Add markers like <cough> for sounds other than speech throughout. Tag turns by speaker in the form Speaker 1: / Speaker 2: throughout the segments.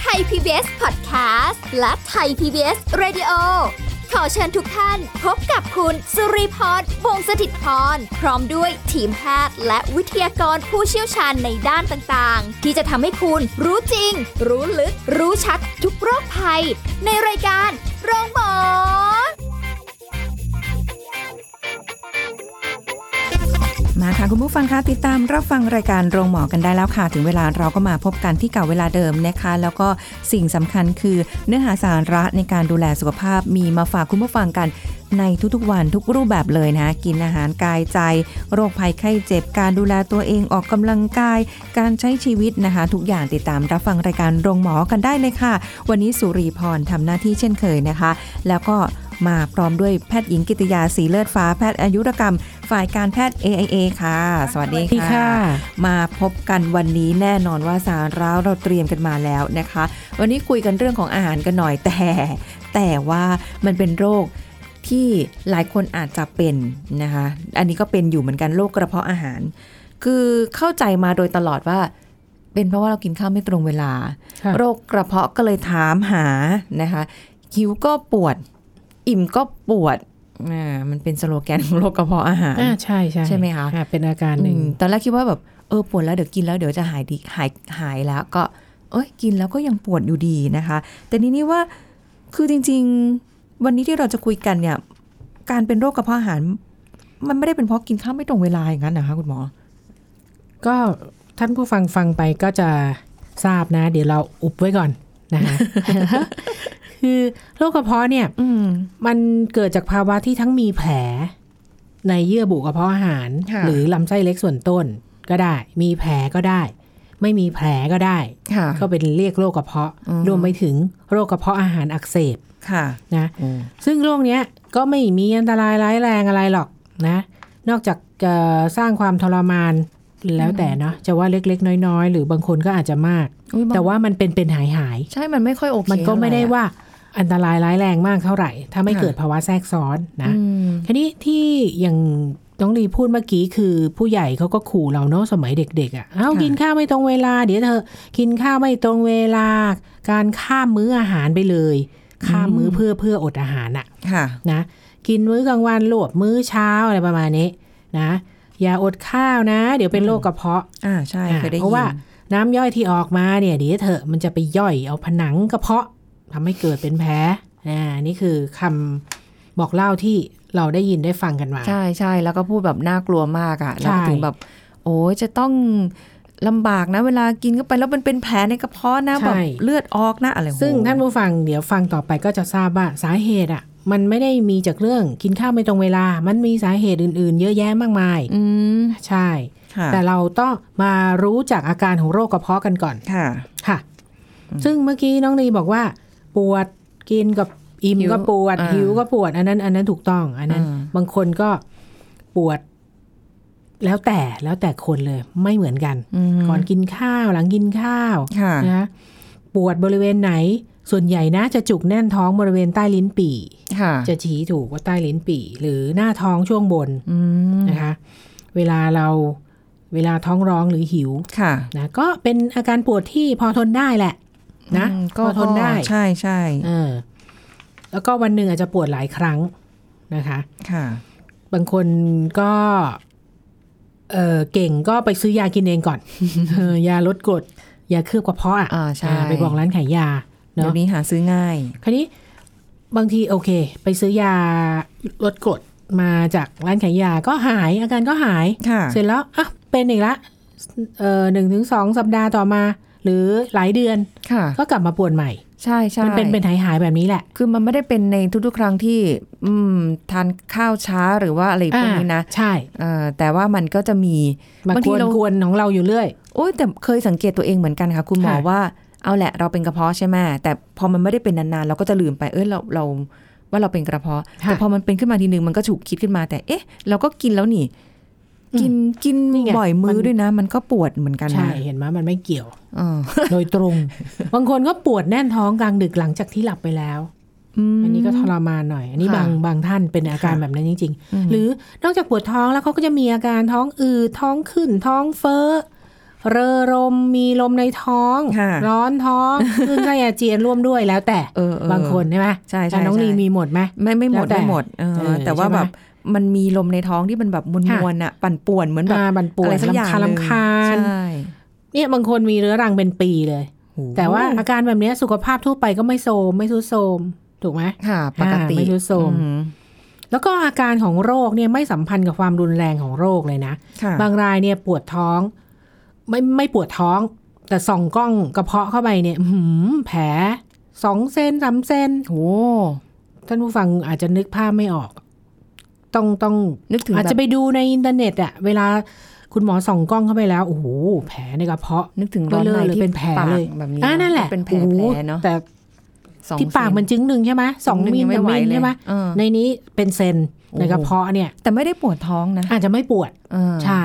Speaker 1: ไทย PBS Podcast และไทย PBS Radio ขอเชิญทุกท่านพบกับคุณ สุริพรวงศ์สถิตพร พร้อมด้วยทีมแพทย์และวิทยากรผู้เชี่ยวชาญในด้านต่างๆ ที่จะทำให้คุณรู้จริง รู้ลึก รู้ชัดทุกโรคภัย ในรายการโรงพยาบาล
Speaker 2: มาค่ะ คุณผู้ฟังคะติดตามรับฟังรายการโรงหมอกันได้แล้วค่ะ ถึงเวลาเราก็มาพบกันที่เก่าเวลาเดิมนะคะ แล้วก็สิ่งสำคัญคือเนื้อหาสาระในการดูแลสุขภาพมีมาฝากคุณผู้ฟังกันในทุกๆวันทุกรูปแบบเลยนะ กินอาหารกายใจ โรคภัยไข้เจ็บการดูแลตัวเองออกกำลังกาย การใช้ชีวิตนะคะ ทุกอย่างติดตามรับฟังรายการโรงหมอกันได้เลยค่ะ วันนี้สุรีพรทำหน้าที่เช่นเคยนะคะ แล้วก็มาพร้อมด้วยแพทย์หญิงกิติยาสีเลือดฟ้าแพทย์อายุรกรรม ฝ่ายการแพทย์ AIA ค่ะ สวัสดี
Speaker 3: พี่ค่ะ
Speaker 2: มาพบกันวันนี้แน่นอนว่าสาระเราเตรียมกันมาแล้วนะคะ วันนี้คุยกันเรื่องของอาหารกันหน่อย <laughs> แต่ แต่ว่ามันเป็นโรคที่หลายคนอาจจะเป็นนะคะ อันนี้ก็เป็นอยู่เหมือนกันโรคกระเพาะอาหาร คือเข้าใจมาโดยตลอดว่า เป็นเพราะว่าเรากินข้าวไม่ตรงเวลา
Speaker 3: ค่ะ
Speaker 2: โรคกระเพาะก็เลยถามหานะคะหิวก็ปวด อิ่มก็ปวดอ่ามันเป็นสโลแกนของโรคกระเพาะอาหาร
Speaker 3: อ่าใช่ใช่
Speaker 2: ใช่ไหมคะ
Speaker 3: อ่าเป็นอาการหนึ่ง
Speaker 2: อืมตอนแรกคิดว่าแบบเออปวดแล้วเดี๋ยวกินแล้วเดี๋ยวจะหายดีหายหายแล้วก็ เอ้ยกินแล้วก็ยังปวดอยู่ดีนะคะ แต่นี่นี่ว่าคือจริง ๆ วันนี้ที่เราจะคุยกันเนี่ย การเป็นโรคกระเพาะอาหาร มันไม่ได้เป็นเพราะกินข้าวไม่ตรงเวลาอย่างนั้นนะคะคุณหมอ
Speaker 3: ก็ท่านผู้ฟังฟังไปก็จะทราบนะ เดี๋ยวเราอุบไว้ก่อน
Speaker 2: <laughs>
Speaker 3: นะคะ คือโรคกระเพาะเนี่ย
Speaker 2: อืม
Speaker 3: มันเกิดจากภาวะที่ทั้งมีแผล ในเยื่อบุกระเพาะอาหาร
Speaker 2: ค่ะ
Speaker 3: หรือลำไส้เล็กส่วนต้นก็ได้ มีแผลก็ได้ ไม่มีแผลก็ได้
Speaker 2: ค่ะ
Speaker 3: ก็เป็นเรียกโรคกระเพาะ
Speaker 2: อืม
Speaker 3: รวมไปถึงโรคกระเพาะอาหารอักเสบ
Speaker 2: ค่ะ
Speaker 3: นะ ซึ่งโรคเนี้ยก็ไม่มีอันตรายร้ายแรงอะไรหรอกนะ นอกจากจะสร้างความทรมานแล้วแต่เนาะจะว่าเล็กๆ น้อยๆ หรือบางคนก็อาจจะมาก
Speaker 2: อุ๊ยบอก
Speaker 3: แต่ว่ามันเป็นเป็นหายหาย
Speaker 2: ใช่มันไม่ค่อยโอเค
Speaker 3: ๆมันก็ไม่ได้
Speaker 2: เท่หร่อะ
Speaker 3: ว่าอันตรายร้ายแรงมากเท่าไหร่ ถ้าไม่
Speaker 2: ค่ะ
Speaker 3: เกิดภาวะแทรกซ้อนนะ
Speaker 2: อืม
Speaker 3: ทีนี้ที่อย่างต้องรีพูดเมื่อกี้คือผู้ใหญ่เขาก็ขู่เราเนาะสมัยเด็กๆอะ่ะเอ้ากินข้าวไม่ตรงเวลา เดี๋ยวเธอะกินข้าวไม่ตรงเวลา การข้ามมื้ออาหารไปเลยข้ามมื้อเพื่อเพื่ออดอาหารอ่ะ
Speaker 2: ค่ะ
Speaker 3: นะกินมื้อกลางวันหลวบมื้อเช้าอะไรประมาณนี้นะอย่าอดข้าวนะ เดี๋ยวเป็นโรคกระเพาะ
Speaker 2: อ่าใช่เคยได้ยิน
Speaker 3: เพราะว่าน้ำย่อยที่ออกมาเนี่ยเดี๋ยวเถอะมันจะไปย่อยเอาผนังกระเพาะทำให้เกิดเป็นแผลนะนี่คือคำบอกเล่าที่เราได้ยินได้ฟังกันมา
Speaker 2: ใช่ใช่แล้วก็พูดแบบน่ากลัวมากอะ่ะ
Speaker 3: ใช่
Speaker 2: แล้วก็ถึงแบบ โอ้ยจะต้องลำบากนะ เวลากินเข้าไปแล้วมันเป็นแผลในกระเพาะนะแบบเลือดออกนะอะไรโห
Speaker 3: ซึ่งท่านผู้ฟังเดี๋ยวฟังต่อไปก็จะทราบว่าสาเหตุอ่ะมันไม่ได้มีจากเรื่องกินข้าวไม่ตรงเวลา มันมีสาเหตุอื่นๆ เยอะแยะมากมาย
Speaker 2: อืม
Speaker 3: ใช่
Speaker 2: ค่ะ
Speaker 3: แต่เราต้องมารู้จากอาการของโรคกระเพาะกันก่อน
Speaker 2: ค่ะ
Speaker 3: ค่ะ ซึ่งเมื่อกี้น้องลีบอกว่า ปวดกินกับอิ่ม
Speaker 2: หิว
Speaker 3: ก็ปวด
Speaker 2: อ่า
Speaker 3: หิวก็ปวด อันนั้น อันนั้นถูกต้อง อันนั้น
Speaker 2: อ่า
Speaker 3: บางคนก็ปวด แล้วแต่แล้วแต่คนเลยไม่เหมือนกัน
Speaker 2: อืม
Speaker 3: ก่อนกินข้าวหลังกินข้าว
Speaker 2: ค่ะ
Speaker 3: นะปวดบริเวณไหน ส่วนใหญ่นะจะจุกแน่นท้องบริเวณใต้ลิ้นปี่
Speaker 2: ค่ะ
Speaker 3: จะชี้ถูกว่าใต้ลิ้นปี่ หรือหน้าท้องช่วงบน
Speaker 2: อืม
Speaker 3: นะคะ เวลาเราเวลาท้องร้องหรือหิว
Speaker 2: ค่ะ
Speaker 3: นะก็เป็นอาการปวดที่พอทนได้แหละนะ
Speaker 2: อืม
Speaker 3: พอทนได้
Speaker 2: ใช่ใช่
Speaker 3: เออแล้วก็วันหนึ่งอาจจะปวดหลายครั้งนะคะ
Speaker 2: ค่ะ
Speaker 3: บางคนก็เออเก่งก็ไปซื้อยากินเอง
Speaker 2: <laughs>
Speaker 3: ก่อน เออยาลดกรดยาเคลือบกระเพาะอ่ะ
Speaker 2: อ่าใช่
Speaker 3: ไปบอกร้านขายยา
Speaker 2: เดี๋ย
Speaker 3: เนาะ
Speaker 2: วนี้หาซื้อง่าย
Speaker 3: คราวนี้บางทีโอเค ไปซื้อยาลดกรดมาจากร้านขายยาก็หายอาการก็หาย
Speaker 2: ค่ะ
Speaker 3: เสร็จแล้วอ่ะเป็นอีกละเอ่อหนึ่งถึงสองสัปดาห์ต่อมา หรือหลายเดือน
Speaker 2: ค่ะ
Speaker 3: <laughs> ก็กลับมาปวดใหม่
Speaker 2: ใช่ใช่
Speaker 3: มันเป็นเป็นหายหายๆแบบนี้แหละ
Speaker 2: คือมันไม่ได้เป็นในทุกๆ ครั้งที่อืมทานข้าวช้าหรือว่าอะไรพวกนี้นะ
Speaker 3: ใช่
Speaker 2: เอ่อแต่ว่ามันก็จะมี
Speaker 3: มา
Speaker 2: บาง
Speaker 3: ก
Speaker 2: ที
Speaker 3: วน
Speaker 2: เรา
Speaker 3: กวนของเราอยู่เรื่อย
Speaker 2: โอ้ยแต่เคยสังเกตตัวเองเหมือนกันค่ะ คุณหมอ
Speaker 3: ค่ะ
Speaker 2: ว่าเอาแหละเราเป็นกระเพาะใช่ไหมแต่พอมันไม่ได้เป็นนานๆ เราก็จะลืมไปเอ้ยเราเราว่าเราเป็นกระเพาะ แต่พอมันเป็นขึ้นมาทีนึงมันก็ฉุกคิดขึ้นมาแต่เอ๊ะ เราก็กินแล้วนี่ กินกิน
Speaker 3: นี่ไง
Speaker 2: บ่อยมือ
Speaker 3: มัน
Speaker 2: ด้วยนะ มันก็ปวดเหมือนกัน
Speaker 3: ใช่
Speaker 2: นะ
Speaker 3: เห็นไหมมันไม่เกี่ยว
Speaker 2: <laughs> อ๋อ
Speaker 3: โดยตรง บางคนก็ปวดแน่นท้องกลางดึกหลังจากที่หลับไปแล้ว
Speaker 2: ม
Speaker 3: อันนี้ก็ทรมานหน่อย อันนี้
Speaker 2: ค่ะ
Speaker 3: บางบางท่านเป็นอาการ
Speaker 2: ค่ะ
Speaker 3: แบบนั้นจริง
Speaker 2: อืม
Speaker 3: ๆ หรือนอกจากปวดท้องแล้วเขาก็จะมีอาการท้องอืดท้องขึ้น ท้องเฟ้อ เรอรมมีลมในท้อง
Speaker 2: ค่ะ
Speaker 3: ร้อนท้องซึ่งไส้อาเจียนร่วมด้วยแล้วแต่
Speaker 2: เออเออบ
Speaker 3: างคนใช่ไหม
Speaker 2: ใช่ใช่
Speaker 3: อ่ะน้อง
Speaker 2: ใช่
Speaker 3: ลีมีหมดไหม
Speaker 2: ไม่ไม่หมด
Speaker 3: แล้วแต่
Speaker 2: ไม่หมดเออ
Speaker 3: เออ
Speaker 2: แต่ว่า
Speaker 3: ใช่ไหม
Speaker 2: แบบมันมีลมในท้องที่มันแบบม
Speaker 3: ค่ะ
Speaker 2: วนๆอ่ะ ปั่นป่วนเหมือนแบบ
Speaker 3: อ่าบันปว
Speaker 2: อะ
Speaker 3: ด
Speaker 2: ไรสักอย่าง
Speaker 3: ลำคาญ
Speaker 2: หนึ่ง
Speaker 3: ลำคาญ
Speaker 2: ใช่
Speaker 3: เนี่ยบางคนมีเรื้อรังเป็นปีเลย
Speaker 2: โอ้
Speaker 3: แต่ว่าอาการแบบเนี้ยสุขภาพทั่วไปก็ไม่โทรมไม่ทุดโทรมถูกไหม
Speaker 2: ค่ะปกติ
Speaker 3: อ่าไม่รู้โทรม
Speaker 2: อืม
Speaker 3: แล้วก็อาการของโรคเนี่ยไม่สัมพันธ์กับความรุนแรงของโรคเลยนะ
Speaker 2: ค่ะ
Speaker 3: บางรายเนี่ยปวดท้อง ไม่ไม่ปวดท้อง แต่ส่องกล้องกระเพาะเข้าไปเนี่ยอื้อหือแผลสองเซนสามเซน
Speaker 2: โอ้
Speaker 3: ท่านผู้ฟังอาจจะนึกภาพไม่ออก ต้องต้อง
Speaker 2: นึกถึง
Speaker 3: อาจ
Speaker 2: แบ
Speaker 3: จะ
Speaker 2: บ
Speaker 3: ไปดูในอินเทอร์เน็ตอะเวลาคุณหมอส่องกล้องเข้าไปแล้วโอ้โหแผลในกระเพาะ
Speaker 2: นึกถึงร้อน
Speaker 3: เบ
Speaker 2: ใน
Speaker 3: ลอๆเลย
Speaker 2: ที่
Speaker 3: เป็นแผล
Speaker 2: ปาก
Speaker 3: เลย
Speaker 2: แบบนี้
Speaker 3: อ่านั่นแหละ
Speaker 2: เป็นแผล
Speaker 3: โอ้โ
Speaker 2: แผลเนาะ
Speaker 3: แต่
Speaker 2: สอง
Speaker 3: ที่ปาก
Speaker 2: เซ
Speaker 3: มันจึงหนึ่งใช่ไหมสอง
Speaker 2: ห
Speaker 3: มิล
Speaker 2: ยั
Speaker 3: แต่
Speaker 2: ไไหว
Speaker 3: มิล
Speaker 2: เลย
Speaker 3: ใช่ไหม
Speaker 2: เออ
Speaker 3: ในนี้เป็นเซน
Speaker 2: โอ้โห
Speaker 3: ในกระเพาะเนี่ย
Speaker 2: แต่ไม่ได้ปวดท้องนะ
Speaker 3: อาจจะไม่ปวด
Speaker 2: เออ
Speaker 3: ใช่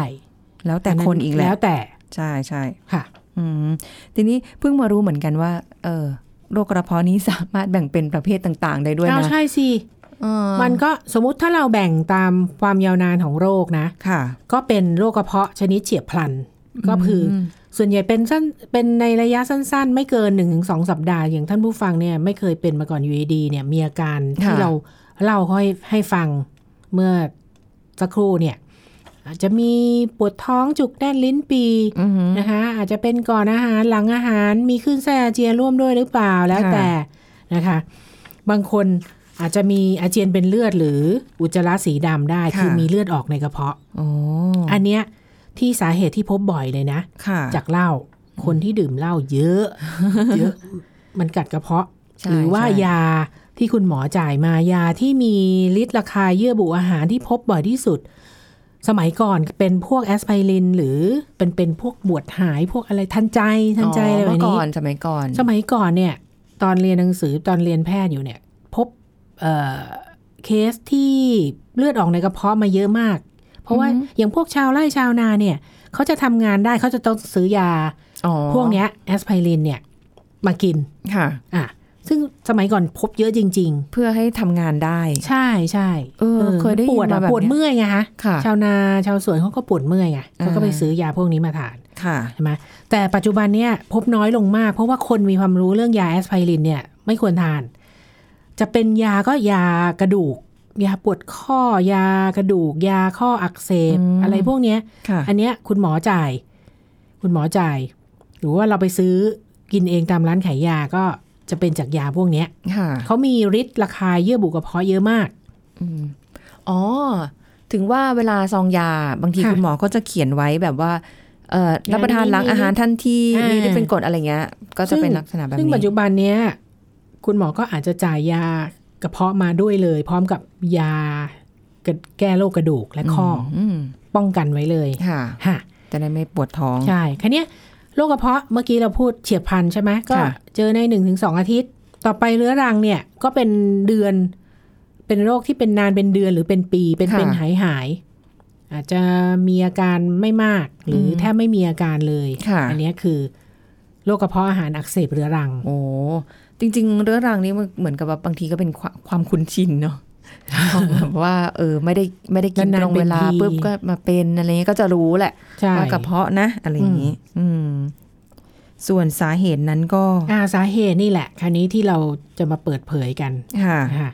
Speaker 2: แล้วแต่คนอีกแหละ
Speaker 3: แล้วแต่
Speaker 2: ใช่ใช่
Speaker 3: ค่ะ
Speaker 2: อืมทีนี้เพิ่งมารู้เหมือนกันว่า เออโรคกระเพาะนี้สามารถแบ่งเป็นประเภทต่าง ๆ ได้ด้วย
Speaker 3: เอา
Speaker 2: นะ
Speaker 3: ใช่สิ
Speaker 2: เออ
Speaker 3: มันก็สมมติถ้าเราแบ่งตามความยาวนานของโรคนะ
Speaker 2: ค่ะ
Speaker 3: ก็เป็นโรคกระเพาะชนิดเฉียบพลัน ก็คืออ
Speaker 2: ม
Speaker 3: ส่วนใหญ่เป็นสั้นเป็นในระยะสั้น ๆ ไม่เกิน1นถึงสสัปดาห์อย่างท่านผู้ฟังเนี่ยไม่เคยเป็นมาก่อนอยูดีๆเนี่ยมีอาการที่เราเล่าให้ให้ฟังเมื่อสักครู่เนี่ยอาจจะมีปวดท้องจุกแน่นลิ้นปี
Speaker 2: อืม
Speaker 3: นะคะอาจจะเป็นก่อนอาหารหลังอาหารมีขึ้นไส้อาเจียนร่วมด้วยหรือเปล่าแล้ว
Speaker 2: ค่ะ
Speaker 3: แต่นะคะ บางคนอาจจะมีอาเจียนเป็นเลือดหรืออุจจาระสีดำได้คือมีเลือดออกในกระเพาะ
Speaker 2: โอ้
Speaker 3: อันเนี้ยที่สาเหตุที่พบบ่อยเลยนะ
Speaker 2: ค่ะ
Speaker 3: จากเหล้าคนที่ดื่มเหล้าเยอะ <laughs> เยอะมันกัดกระเพาะ
Speaker 2: ใช่
Speaker 3: หรือว่า
Speaker 2: ใช่
Speaker 3: ยาที่คุณหมอจ่ายมายาที่มีฤทธิ์ระคายเยื่อบุอาหารที่พบบ่อยที่สุด สมัยก่อนเป็นพวกแอสไพริน หรือเป็นเป็นพวกบวดหายพวกอะไรทันใจทันใจอะไรแบ
Speaker 2: เมื่อ
Speaker 3: บ
Speaker 2: ก่
Speaker 3: นี้
Speaker 2: อนสมัยก่อน
Speaker 3: สมัยก่อนเนี่ย ตอนเรียนหนังสือตอนเรียนแพทย์อยู่เนี่ย พบเอ่อเคสที่เลือดออกในกระเพาะมาเยอะมาก เพราะว่าอย่างพวกชาวไร่ชาวนาเนี่ยเขาจะทำงานได้เขาจะต้องซื้อยา
Speaker 2: อ๋อ
Speaker 3: พวกเนี้ยแอสไพรินเนี่ย มากิน
Speaker 2: ค่ะ
Speaker 3: อ่ะซึ่งสมัยก่อนพบเยอะจริง
Speaker 2: เพื่อให้ทำงานได้
Speaker 3: ๆ ใช่ใช่
Speaker 2: เออเคยได้ยิน
Speaker 3: ปวดอะ
Speaker 2: มาแบบเนี้ย
Speaker 3: ปวดเมื่อยไงฮะ
Speaker 2: ค่ะ
Speaker 3: ชาวนาชาวสวนเขาก็ปวดเมื่อยไงเขาก็ไป
Speaker 2: อ่า
Speaker 3: ซื้อยาพวกนี้มาทาน
Speaker 2: ค่ะ
Speaker 3: ใช่ไหมแต่ปัจจุบันเนี่ยพบน้อยลงมาก เพราะว่าคนมีความรู้เรื่องยาแอสไพรินเนี่ยไม่ควรทาน จะเป็นยาก็ยากระดูก ยาปวดข้อยากระดูก ยาข้ออักเสบ
Speaker 2: อืม
Speaker 3: อะไรพวกเนี้ย
Speaker 2: ค่ะ
Speaker 3: อันเนี้ยคุณหมอจ่าย คุณหมอจ่าย หรือว่าเราไปซื้อกินเองตามร้านขายยาก็จะเป็นจากยาพวกเนี้ย
Speaker 2: ค่ะ
Speaker 3: เขามีฤทธิ์ระคายเยื่อบุกระเพาะเยอะมาก
Speaker 2: อืมอ๋อ ถึงว่าเวลาซองยาบางที
Speaker 3: ค่ะ
Speaker 2: คุณหมอก็จะเขียนไว้แบบว่าเอ่อรับประทานหลังอาหารทันที
Speaker 3: อ่ามี
Speaker 2: มีได้เป็นกรดอะไรเงี้ย ก็จะเป็นลักษณะแบบ
Speaker 3: ซึ่งปัจ
Speaker 2: นี้
Speaker 3: จุบันเนี้ยคุณหมอก็อาจจะจ่ายยากระเพาะมาด้วยเลย พร้อมกับยาแก้โรคกระดูกและข้ออ
Speaker 2: อืม
Speaker 3: ป้องกันไว้เลย
Speaker 2: ค่ะ
Speaker 3: ฮะ
Speaker 2: จะได้ไม่ปวดท้อง
Speaker 3: ใช่คันนี้ยโรคกระเพาะเมื่อกี้เราพูดเฉียบพลันใช่ไหมก็
Speaker 2: ค่ะ
Speaker 3: เจอในหนึ่งถึงสองอาทิตย์ ต่อไปเรื้อรังเนี่ยก็เป็นเดือน เป็นโรคที่เป็นนานเป็นเดือนหรือเป็นปีเป็นเป็นหายหายๆอาจจะมีอาการไม่มากหรืออแทบไม่มีอาการเลย
Speaker 2: ค่ะ
Speaker 3: อันเนี้ยคือโรคกระเพาะอาหารอักเสบเรื้อรัง
Speaker 2: โอ้จริง ๆ เรื้อรังนี่มันเหมือนกับว่าบางทีก็เป็นความความคุ้นชินเนาะ <laughs> ของแบบว่าเออไม่ได้ไม่ได้กิน
Speaker 3: นานๆ
Speaker 2: ตรงเวลา
Speaker 3: เป็นที
Speaker 2: ปุ๊บก็มาเป็นอะไรเงี้ยก็จะรู้แหละ
Speaker 3: ใช่
Speaker 2: ว่ากระเพาะนะอะไรอย่างนี้ อืม ส่วนสาเหตุนั้นก็
Speaker 3: อ่าสาเหตุนี่แหละคราวนี้ที่เราจะมาเปิดเผยกัน
Speaker 2: ค่ะ
Speaker 3: นะคะ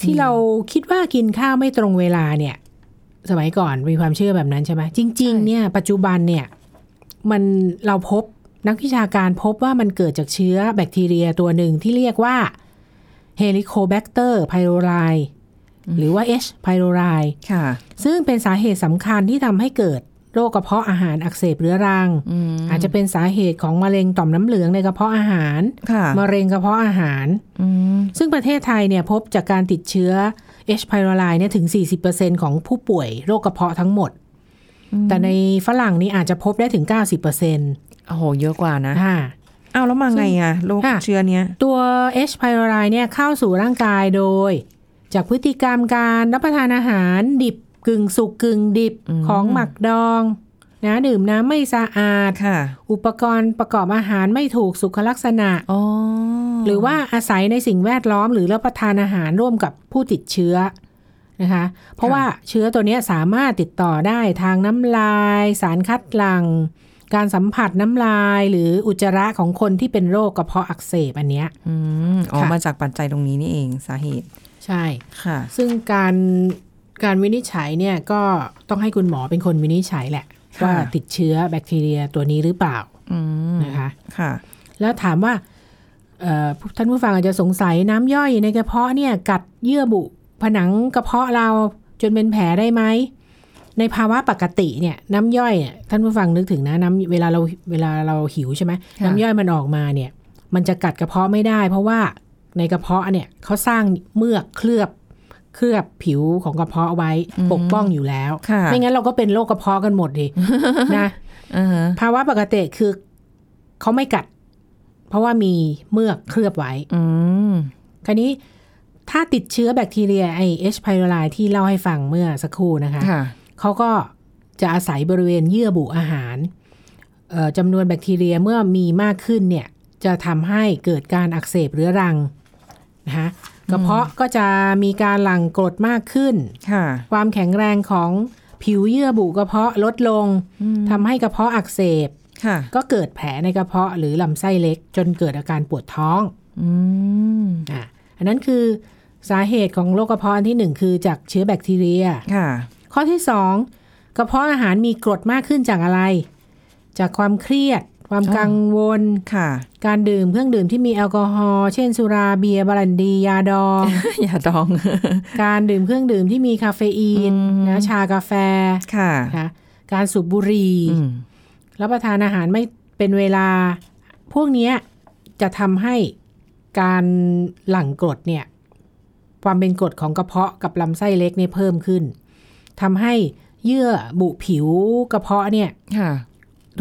Speaker 3: ที่เราคิดว่ากินข้าวไม่ตรงเวลาเนี่ย สมัยก่อนมีความเชื่อแบบนั้นใช่ไหมจริง
Speaker 2: ใช่
Speaker 3: ๆ เนี่ย ปัจจุบันเนี่ย มันเราพบนักวิชาการพบว่ามันเกิดจากเชื้อแบคทีเรียตัวหนึ่งที่เรียกว่าเฮลิโคแบคเตอร์ไพโรไลหรือว่า H. p y r o r i
Speaker 2: ค่ะ
Speaker 3: ซึ่งเป็นสาเหตุสำคัญที่ทำให้เกิดโรคกระเพาะอาหารอักเสบเรื้อรัง
Speaker 2: อืม
Speaker 3: อาจจะเป็นสาเหตุของมะเร็งต่อมน้ำเหลืองในกระเพาะอาหาร
Speaker 2: ค่ะ
Speaker 3: มะเร็งกระเพาะอาหาร
Speaker 2: อืม
Speaker 3: ซึ่งประเทศไทยเนี่ยพบจากการติดเชื้อ H. pylori เนี่ยถึง 40%ของผู้ป่วยโรคกระเพาะทั้งหมด แต่ในฝรั่งนี่อาจจะพบได้ถึง 90%
Speaker 2: โอ้โหเยอะกว่านะ
Speaker 3: อ่า
Speaker 2: อ้าวแล้วมาไงอ่ะโรค
Speaker 3: ค่ะ
Speaker 2: เชื้อเนี้ย
Speaker 3: ตัว H. pylori เนี่ยเข้าสู่ร่างกายโดย จากพฤติกรรมการรับประทานอาหารดิบกึ่งสุกกึ่งดิบของหมักดอง นะดื่มน้ำไม่สะอาด
Speaker 2: ค่ะ
Speaker 3: อุปกรณ์ประกอบอาหารไม่ถูกสุขลักษณะ
Speaker 2: อ๋อ
Speaker 3: หรือว่าอาศัยในสิ่งแวดล้อมหรือรับประทานอาหารร่วมกับผู้ติดเชื้อนะคะ เพราะว่าเชื้อตัวเนี้ยสามารถติดต่อได้ทางน้ำลาย สารคัดหลัง่งการสัมผัสน้ำลายหรืออุจจาระของคนที่เป็นโรคกระเพาะอักเสบอันเนี้ย
Speaker 2: อืมออก
Speaker 3: ค่ะ
Speaker 2: มาจากปัจจัยตรงนี้นี่เองสาเหตุ
Speaker 3: ใช่
Speaker 2: ค่ะ
Speaker 3: ซึ่งการการวินิจฉัยเนี่ยก็ต้องให้คุณหมอเป็นคนวินิจฉัยแหละ
Speaker 2: ค่ะ
Speaker 3: ว่าติดเชื้อแบคทีเรียตัวนี้หรือเปล่า
Speaker 2: อืม
Speaker 3: นะคะ
Speaker 2: ค่ะ
Speaker 3: แล้วถามว่าเอ่อท่านผู้ฟังอาจจะสงสัยน้ำย่อยในกระเพาะเนี่ยกัดเยื่อบุผนังกระเพาะเราจนเป็นแผลได้ไหม ในภาวะปกติเนี่ยน้ำย่อยเนี่ยท่านผู้ฟังนึกถึงนะน้ำเวลาเราเวลาเราหิวใช่ไหม
Speaker 2: ค่ะ
Speaker 3: น้ำย่อยมันออกมาเนี่ย มันจะกัดกระเพาะไม่ได้ เพราะว่าในกระเพาะเนี่ยเขาสร้างเมือกเคลือบเคลือบผิวของกระเพาะเอาไว้ปกป้องอยู่แล้ว
Speaker 2: ค่ะ
Speaker 3: ไม่งั้นเราก็เป็นโรคกระเพาะกันหมด
Speaker 2: <laughs>
Speaker 3: ดินะ
Speaker 2: อ่าฮะ
Speaker 3: ภาวะปกติคือเขาไม่กัด เพราะว่ามีเมือกเคลือบไว้
Speaker 2: อืม
Speaker 3: คราวนี้ถ้าติดเชื้อแบคทีเรียไอเอชไพโรไลที่เล่าให้ฟังเมื่อสักครู่นะคะ
Speaker 2: ค่ะ
Speaker 3: เขาก็จะอาศัยบริเวณเยื่อบุอาหารเอ่อจำนวนแบคทีเรียเมื่อมีมากขึ้นเนี่ย จะทำให้เกิดการอักเสบเรื้อรังนะคะกระเพาะก็จะมีการหลั่งกรดมากขึ้น
Speaker 2: ค่ะ
Speaker 3: ความแข็งแรงของผิวเยื่อบุกระเพาะลดลงทำให้กระเพาะอักเสบ
Speaker 2: ค่ะ
Speaker 3: ก็เกิดแผลในกระเพาะหรือลำไส้เล็ก จนเกิดอาการปวดท้อง
Speaker 2: อืม
Speaker 3: อ่ะอันนั้นคือสาเหตุของโรคกระเพาะอันที่หนึ่งคือจากเชื้อแบคทีเรีย
Speaker 2: ค่ะ
Speaker 3: ข้อที่สองกระเพาะอาหารมีกรดมากขึ้นจากอะไร จากความเครียด ความกังวล
Speaker 2: ค่ะ
Speaker 3: การดื่มเครื่องดื่มที่มีแอลกอฮอล์เช่นสุราเบียร์บรันดี ยาดอง
Speaker 2: อย่าดอง
Speaker 3: การดื่มเครื่องดื่มที่มีคาเฟอีนนะชากาแฟ
Speaker 2: ค่ะ
Speaker 3: นะคะการสูบบุหรี่
Speaker 2: อืม
Speaker 3: รับประทานอาหารไม่เป็นเวลา พวกเนี้ยจะทำให้การหลั่งกรดเนี่ย ความเป็นกรดของกระเพาะกับลำไส้เล็กเนี่ยเพิ่มขึ้นทำให้เยื่อบุผิวกระเพาะเนี่ย
Speaker 2: ค่ะ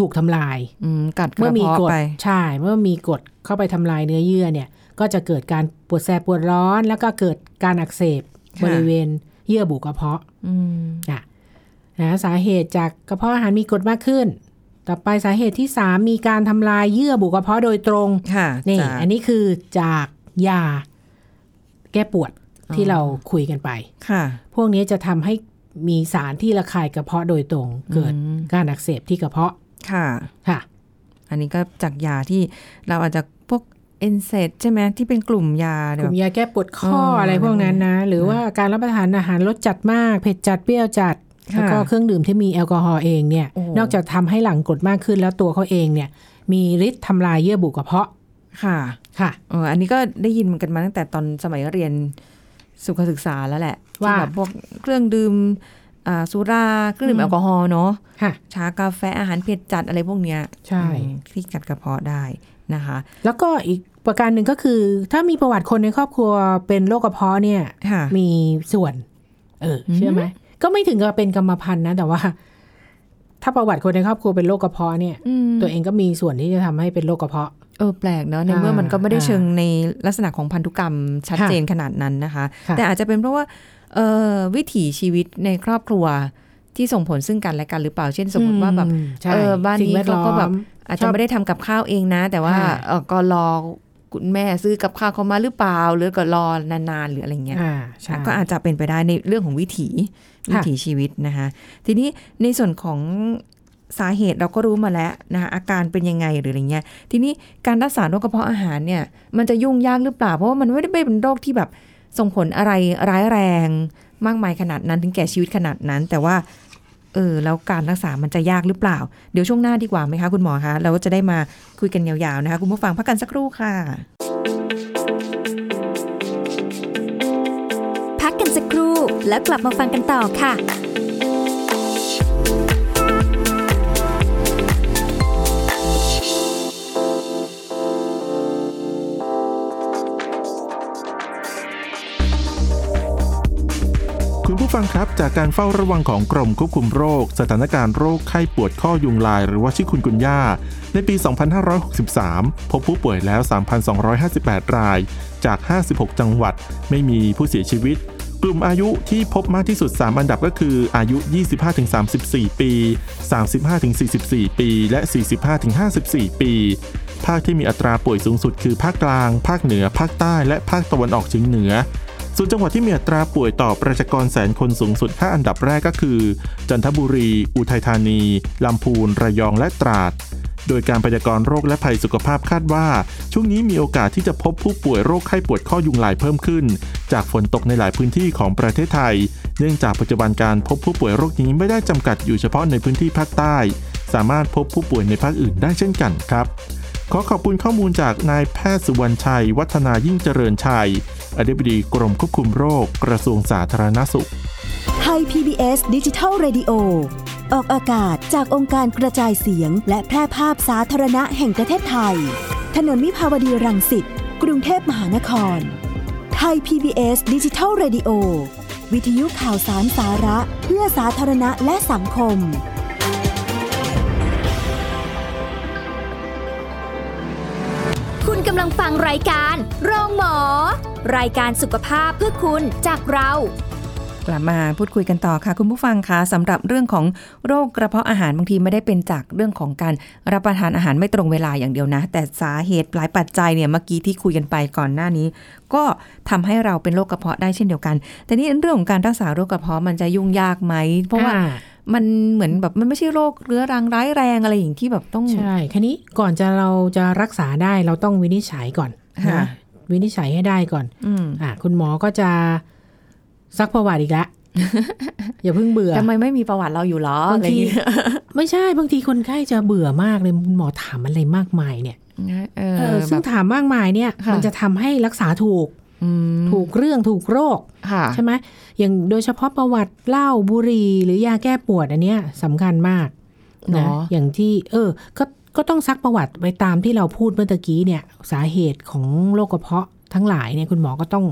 Speaker 3: ถูกทำลาย
Speaker 2: อืมกัดก
Speaker 3: เมื่อ
Speaker 2: ระ
Speaker 3: มี
Speaker 2: เพาะ
Speaker 3: กรด
Speaker 2: ไป
Speaker 3: ใช่เมื่อมีกรดเข้าไปทำลายเนื้อเยื่อเนี่ย ก็จะเกิดการปวดแสบปวดร้อน แล้วก็เกิดการอักเสบ
Speaker 2: ค่ะ
Speaker 3: บริเวณเยื่อบุกระเพาะ
Speaker 2: อืม
Speaker 3: นะนะสาเหตุจากกระเพาะอาหารมีกรดมากขึ้น ต่อไปสาเหตุที่ 3 มีการทำลายเยื่อบุกระเพาะโดยตรง
Speaker 2: ค่ะ
Speaker 3: นี่
Speaker 2: จาก
Speaker 3: อันนี้คือจากยาแก้ปวดที่เราคุยกันไป
Speaker 2: ค่ะ
Speaker 3: พวกนี้จะทำให้มีสารที่ระคายกระเพาะโดยตรง เกิดการอักเสบที่กระเพาะ
Speaker 2: ค่ะ
Speaker 3: ค่ะ
Speaker 2: อันนี้ก็จากยาที่เราอาจจะพวกเอนเซใช่ไหมที่เป็นกลุ่มยาก
Speaker 3: ลุ่ม
Speaker 2: แบบ
Speaker 3: ยาแก้ปวดข้อ
Speaker 2: เอออ
Speaker 3: อะไรพวกนั้นนะ หรือว่าการรับประทานอาหารรสจัดมาก เผ็ดจัดเปรี้ยวจัด
Speaker 2: ค่ะ
Speaker 3: แล้วก็เครื่องดื่มที่มีแอลกอฮอล์เองเนี่ย
Speaker 2: โอ้
Speaker 3: นอกจากทำให้หลั่งกรดมากขึ้นแล้วตัวเขาเองเนี่ย มีฤทธิ์ทำลายเยื่อบุกระเพาะ
Speaker 2: ค่ะ
Speaker 3: ค่ะ
Speaker 2: เอออันนี้ก็ได้ยินกันมาตั้งแต่ตอนสมัยเรียนสุขศึกษาแล้วแหละ
Speaker 3: ว่า
Speaker 2: ที่แบบพวกเครื่องดื่มอ่าสุราเครื่องดื่มแอลกอฮอล์เนาะ
Speaker 3: ค่ะ
Speaker 2: ชากาแฟอาหารเผ็ดจัดอะไรพวกเนี้ย
Speaker 3: ใช่
Speaker 2: อืมที่กัดกระเพาะได้นะคะ
Speaker 3: แล้วก็อีกประการหนึ่งก็คือ ถ้ามีประวัติคนในครอบครัวเป็นโรคกระเพาะเนี่ย
Speaker 2: ค่ะ
Speaker 3: มีส่วน เออ เชื่อไหมก็ไม่ถึงกับเป็นกรรมพันธุ์นะ แต่ว่า ถ้าประวัติคนในครอบครัวเป็นโรคกระเพาะเนี่ย
Speaker 2: อืม
Speaker 3: ตัวเองก็มีส่วนที่จะทำให้เป็นโรคกระเพาะ
Speaker 2: เออแปลกเนอะในเมื่อมันก็ไม่ได้เชิงในลักษณะของพันธุกรรมชัดเจนขนาดนั้นนะคะ
Speaker 3: ค่ะ
Speaker 2: แต่อาจจะเป็นเพราะว่าเอ่อวิถีชีวิตในครอบครัวที่ส่งผลซึ่งกันและกันหรือเปล่า เช่นสมมติว่าแบบ
Speaker 3: มใช่
Speaker 2: เออบ้านนี้
Speaker 3: สิ่งแวดล้อม
Speaker 2: เขาก็แบบ อาจจะไม่ได้ทำกับข้าวเองนะ แต่ว่า
Speaker 3: ค่ะ
Speaker 2: เอ่อก็รอคุณแม่ซื้อกับข้าวเขามาหรือเปล่า หรือก็รอนานๆหรืออะไรเงี้ย
Speaker 3: อ่าใช่
Speaker 2: ก็อาจจะเป็นไปได้ในเรื่องของวิถี
Speaker 3: ค่ะ
Speaker 2: วิถีชีวิตนะคะ ทีนี้ในส่วนของสาเหตุเราก็รู้มาแล้วนะคะอาการเป็นยังไงหรืออะไรเงี้ย ทีนี้การรักษาโรคกระเพาะอาหารเนี่ย มันจะยุ่งยากหรือเปล่า เพราะว่ามันไม่ได้เป็นโรคที่แบบส่งผลอะไรร้ายแรงมากมายขนาดนั้นถึงแก่ชีวิตขนาดนั้น แต่ว่าเออแล้วการรักษามันจะยากหรือเปล่า เดี๋ยวช่วงหน้าดีกว่าไหมคะคุณหมอคะเราก็จะได้มาคุยกันยาวๆนะคะคุณผู้ฟังพักกันสักครู่ค่ะ
Speaker 1: พักกันสักครู่แล้วกลับมาฟังกันต่อค่ะ
Speaker 4: คุณผู้ฟังครับ จากการเฝ้าระวังของกรมควบคุมโรค สถานการณ์โรคไข้ปวดข้อยุงลาย หรือว่าชิคุนกุนย่า ในปี 2563 พบผู้ป่วยแล้ว 3,258 ราย จาก 56 จังหวัด ไม่มีผู้เสียชีวิต ก กลุ่มอายุที่พบมากที่สุด 3 อันดับก็คืออายุ 25-34 ปี 35-44 ปี และ 45-54 ปี ภาคที่มีอัตราป่วยสูงสุดคือภาคกลาง ภาคเหนือ ภาคใต้ และภาคตะวันออกเฉียงเหนือ ส่วนจังหวัดที่มีอัตราป่วยต่อประชากรแสนคนสูงสุด 5 อันดับแรกก็คือ จันทบุรี อุทัยธานี ลำพูน ระยอง และตราด โดยการพยากรณ์โรคและภัยสุขภาพคาดว่า ช่วงนี้มีโอกาสที่จะพบผู้ป่วยโรคไข้ปวดข้อยุงลายเพิ่มขึ้น จากฝนตกในหลายพื้นที่ของประเทศไทย เนื่องจากปัจจุบันการพบผู้ป่วยโรคนี้ไม่ได้จำกัดอยู่เฉพาะในพื้นที่ภาคใต้ สามารถพบผู้ป่วยในภาคอื่นได้เช่นกันครับ ขอขอบคุณข้อมูลจากนายแพทย์สุวรรณชัย วัฒนายิ่งเจริญชัย อธิบดีกรมควบคุมโรค กระทรวงสาธารณสุข
Speaker 5: ไทย PBS ดิจิทัล Radio ออกอากาศจากองค์การกระจายเสียง และแพร่ภาพสาธารณะแห่งประเทศไทย ถนนมิภาวดีรังสิต กรุงเทพมหานคร ไทย PBS ดิจิทัล Radio วิทยุข่าวสารสาระเพื่อสาธารณะและสังคม
Speaker 1: คุณกำลังฟังรายการโรงหมอ รายการสุขภาพเพื่อคุณจากเรา
Speaker 2: กลับมาพูดคุยกันต่อค่ะ คุณผู้ฟังคะสำหรับเรื่องของโรคกระเพาะอาหารบางทีไม่ได้เป็นจากเรื่องของการรับประทานอาหารไม่ตรงเวลาอย่างเดียวนะ แต่สาเหตุหลายปัจจัยเนี่ยเมื่อกี้ที่คุยกันไปก่อนหน้านี้ ก็ทำให้เราเป็นโรคกระเพาะได้เช่นเดียวกัน แต่นี่เรื่องของการรักษาโรคกระเพาะมันจะยุ่งยากไหมเพราะว่า
Speaker 3: อ่
Speaker 2: มันเหมือนแบบมันไม่ใช่โรคเรื้อรังร้ายแรงอะไรอย่างที่แบบต้อง
Speaker 3: ใช่คันนี้ก่อนจะเราจะรักษาได้เราต้องวินิจฉัยก่อน
Speaker 2: ค่ะ
Speaker 3: นะวินิจฉัยให้ได้ก่อน
Speaker 2: อืม
Speaker 3: อ่ะคุณหมอก็จะซักประวัติอีกละ
Speaker 2: <laughs>
Speaker 3: อย่าเพิ่งเบื่อ
Speaker 2: ทำไมไม่มีประวัติเราอยู่หรอบ
Speaker 3: าง
Speaker 2: อะไรอย่า
Speaker 3: ที
Speaker 2: งเงี้ย
Speaker 3: ไม่ใช่บางทีคนไข้จะเบื่อมากเลยคุณหมอถามอะไรมากมายเนี่ย
Speaker 2: นะเอ
Speaker 3: เอ
Speaker 2: อ
Speaker 3: อ
Speaker 2: แบ
Speaker 3: ซึ่ง
Speaker 2: บ
Speaker 3: ถามมากมายเนี่ย
Speaker 2: ค่ะ
Speaker 3: มันจะทำให้รักษาถูก
Speaker 2: อืม
Speaker 3: ถูกเรื่องถูกโรค
Speaker 2: ค่ะ
Speaker 3: ใช่ไหมอย่างโดยเฉพาะประวัติเหล้าบุหรี่หรือยาแก้ปวดอันเนี้ยสำคัญมาก
Speaker 2: เน
Speaker 3: นะ
Speaker 2: อะ
Speaker 3: อย่างที่ เออ ก็ก็ต้องซักประวัติไปตามที่เราพูดเมื่อตะกี้เนี่ย สาเหตุของโรคกระเพาะทั้งหลายเนี่ยคุณหมอก็ต้อง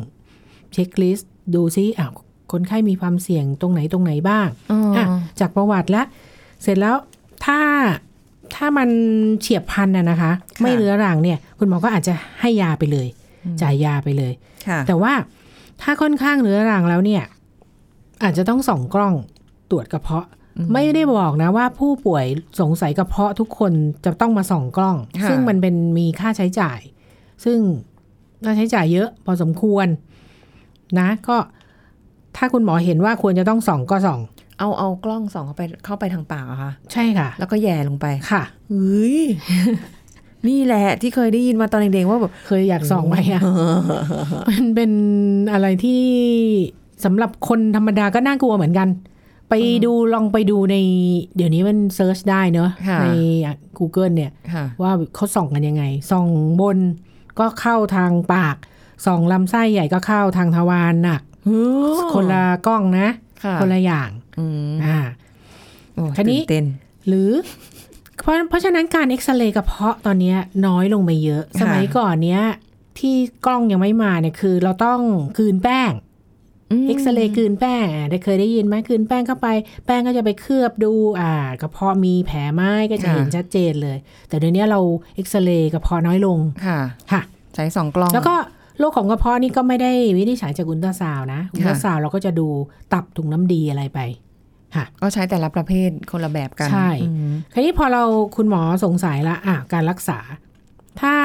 Speaker 3: เช็คลิสต์ดูซิอ้าวคนไข้มีความเสี่ยงตรงไหนตรงไหนบ้าง
Speaker 2: อ๋ออ
Speaker 3: อ่ะจากประวัติแล้วเสร็จแล้วถ้าถ้ามันเฉียบพลันนะนะคะ
Speaker 2: ค่ะ
Speaker 3: ไม่เรื้อรังเนี่ย คุณหมอก็อาจจะให้ยาไปเลย จ่ายยาไปเลย
Speaker 2: ค่ะ
Speaker 3: แต่ว่าถ้าค่อนข้างเรื้อรังแล้วเนี่ย อาจจะต้องส่องกล้องตรวจกระเพาะ ไม่ได้บอกนะว่าผู้ป่วยสงสัยกระเพาะทุกคนจะต้องมาส่องกล้อง
Speaker 2: ค่ะ
Speaker 3: ซึ่งมันเป็นมีค่าใช้จ่าย ซึ่งค่าใช้จ่ายเยอะ พอสมควรนะ ก็ถ้าคุณหมอเห็นว่าควรจะต้องส่องก็ส่อง
Speaker 2: เอาเอากล้องส่องเข้าไปเข้าไปทางปากเหรอะคะ
Speaker 3: ใช่ค่ะ
Speaker 2: แล้วก็แย่ลงไป
Speaker 3: ค่ะ
Speaker 2: เฮ้ย นี่แหละที่เคยได้ยินมาตอนเด็กๆว่าแบบ
Speaker 3: เคยอยากส่องไหมอ่ะ มันเป็นอะไรที่สำหรับคนธรรมดาก็น่ากลัวเหมือนกัน ไปดูลองไปดูใน เดี๋ยวนี้มันเซิร์ชได้เนอะ
Speaker 2: ค่ะ
Speaker 3: ใน Google เนี่ย
Speaker 2: ค่ะ
Speaker 3: ว่าเขาส่องกันยังไง ส่องบนก็เข้าทางปาก ส่องลำไส้ใหญ่ก็เข้าทางทวารหนัก คนละกล้องนะ
Speaker 2: ค่ะ
Speaker 3: คนละอย่าง
Speaker 2: อืม
Speaker 3: อ่า
Speaker 2: โอ้
Speaker 3: คันนี้
Speaker 2: ตื่นเต้น
Speaker 3: หรือ <laughs> เพราะเพราะฉะนั้นการเอ็กซเรย์กระเพาะตอนเนี้ยน้อยลงไปเยอะ
Speaker 2: ค่ะ
Speaker 3: สมัยก่อนเนี้ยที่กล้องยังไม่มาเนี่ยคือเราต้องกลืนแป้ง
Speaker 2: ม
Speaker 3: เอ็กซเรย์กลืนแป้งอ่ะได้เคยได้ยินไหมกลืนแป้งเข้าไป แป้งก็จะไปเคลือบดูอ่ากระเพาะมีแผลไหมก็จะเห็นชัดเจนเลย แต่เดี๋ยวนี้เราเอ็กซเรย์กระเพาะน้อยลง
Speaker 2: ค่ะ
Speaker 3: ค่ะ
Speaker 2: ใช้สองกล้อง
Speaker 3: แล้วก็โรคของกระเพาะนี่ก็ไม่ได้วินิจฉัยจากอุลตราซาวน์นะอุลตราซาวน์เราก็จะดูตับถุงน้ำดีอะไรไปค่ะ
Speaker 2: ก็ใช้แต่ละประเภทคนละแบบกัน
Speaker 3: ใช่
Speaker 2: อืม
Speaker 3: คราวนี้พอเราคุณหมอสงสัยละอ่ะการรักษา ถ้า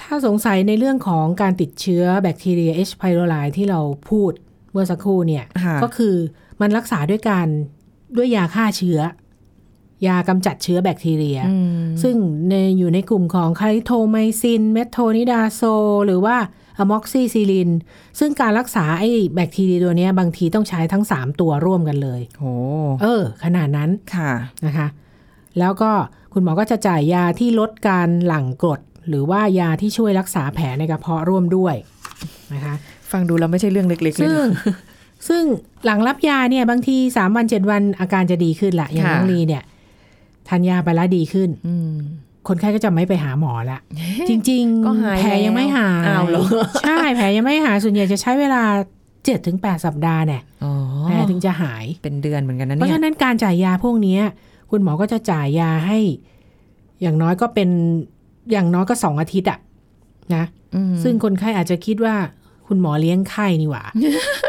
Speaker 3: ถ้าสงสัยในเรื่องของการติดเชื้อแบคทีเรีย H. pylori ที่เราพูดเมื่อสักครู่เนี่ย
Speaker 2: ค่ะ
Speaker 3: ก็คือมันรักษาด้วยการด้วยยาฆ่าเชื้อ ยากำจัดเชื้อแบคทีเรีย
Speaker 2: อืม
Speaker 3: ซึ่งในอยู่ในกลุ่มของคาริโทไมซิน เมทโทนิดาโซ หรือว่าอะม็อกซิซิลิน ซึ่งการรักษาไอ้แบคทีเรียตัวเนี้ยบางทีต้องใช้ทั้ง 3 ตัวร่วมกันเลย
Speaker 2: โห
Speaker 3: เออ ขนาดนั้น
Speaker 2: ค่ะ
Speaker 3: นะคะแล้วก็คุณหมอก็จะจ่ายยาที่ลดการหลั่งกรด หรือว่ายาที่ช่วยรักษาแผลในกระเพาะร่วมด้วยนะคะ
Speaker 2: ฟังดูแล้วไม่ใช่เรื่องเล็กๆเลย
Speaker 3: ซึ่ง
Speaker 2: นะ
Speaker 3: ซึ่งหลังรับยาเนี่ยบางทีสามวันเจ็ดวันอาการจะดีขึ้นละอย่าง
Speaker 2: ค่ะ
Speaker 3: น้องลีเนี่ยทานยาไปแล้วดีขึ้น
Speaker 2: อืม
Speaker 3: คนไข้ก็จะไม่ไปหาหมอละ
Speaker 2: <laughs>
Speaker 3: จริงๆ
Speaker 2: ก็หาย
Speaker 3: แผลยังไม่หาย
Speaker 2: แล้วอ้าวเหรอ
Speaker 3: ใช่แผลยังไม่หายส่วนใหญ่จะใช้เวลาเจ็ดถึงแปดสัปดาห์เนี่ย
Speaker 2: อ๋อ
Speaker 3: แผลถึงจะหาย
Speaker 2: เป็นเดือนเหมือนกันนะ
Speaker 3: เพราะ
Speaker 2: เนี่ย
Speaker 3: ฉะนั้นการจ่ายยาพวกเนี้ย คุณหมอก็จะจ่ายยาให้ อย่างน้อยก็เป็นอย่างน้อยก็สองอาทิตย์อะนะ
Speaker 2: อืม
Speaker 3: ซึ่งคนไข้อาจจะคิดว่า คุณหมอเลี้ยงไข้นี่ห
Speaker 2: <laughs>
Speaker 3: ว่า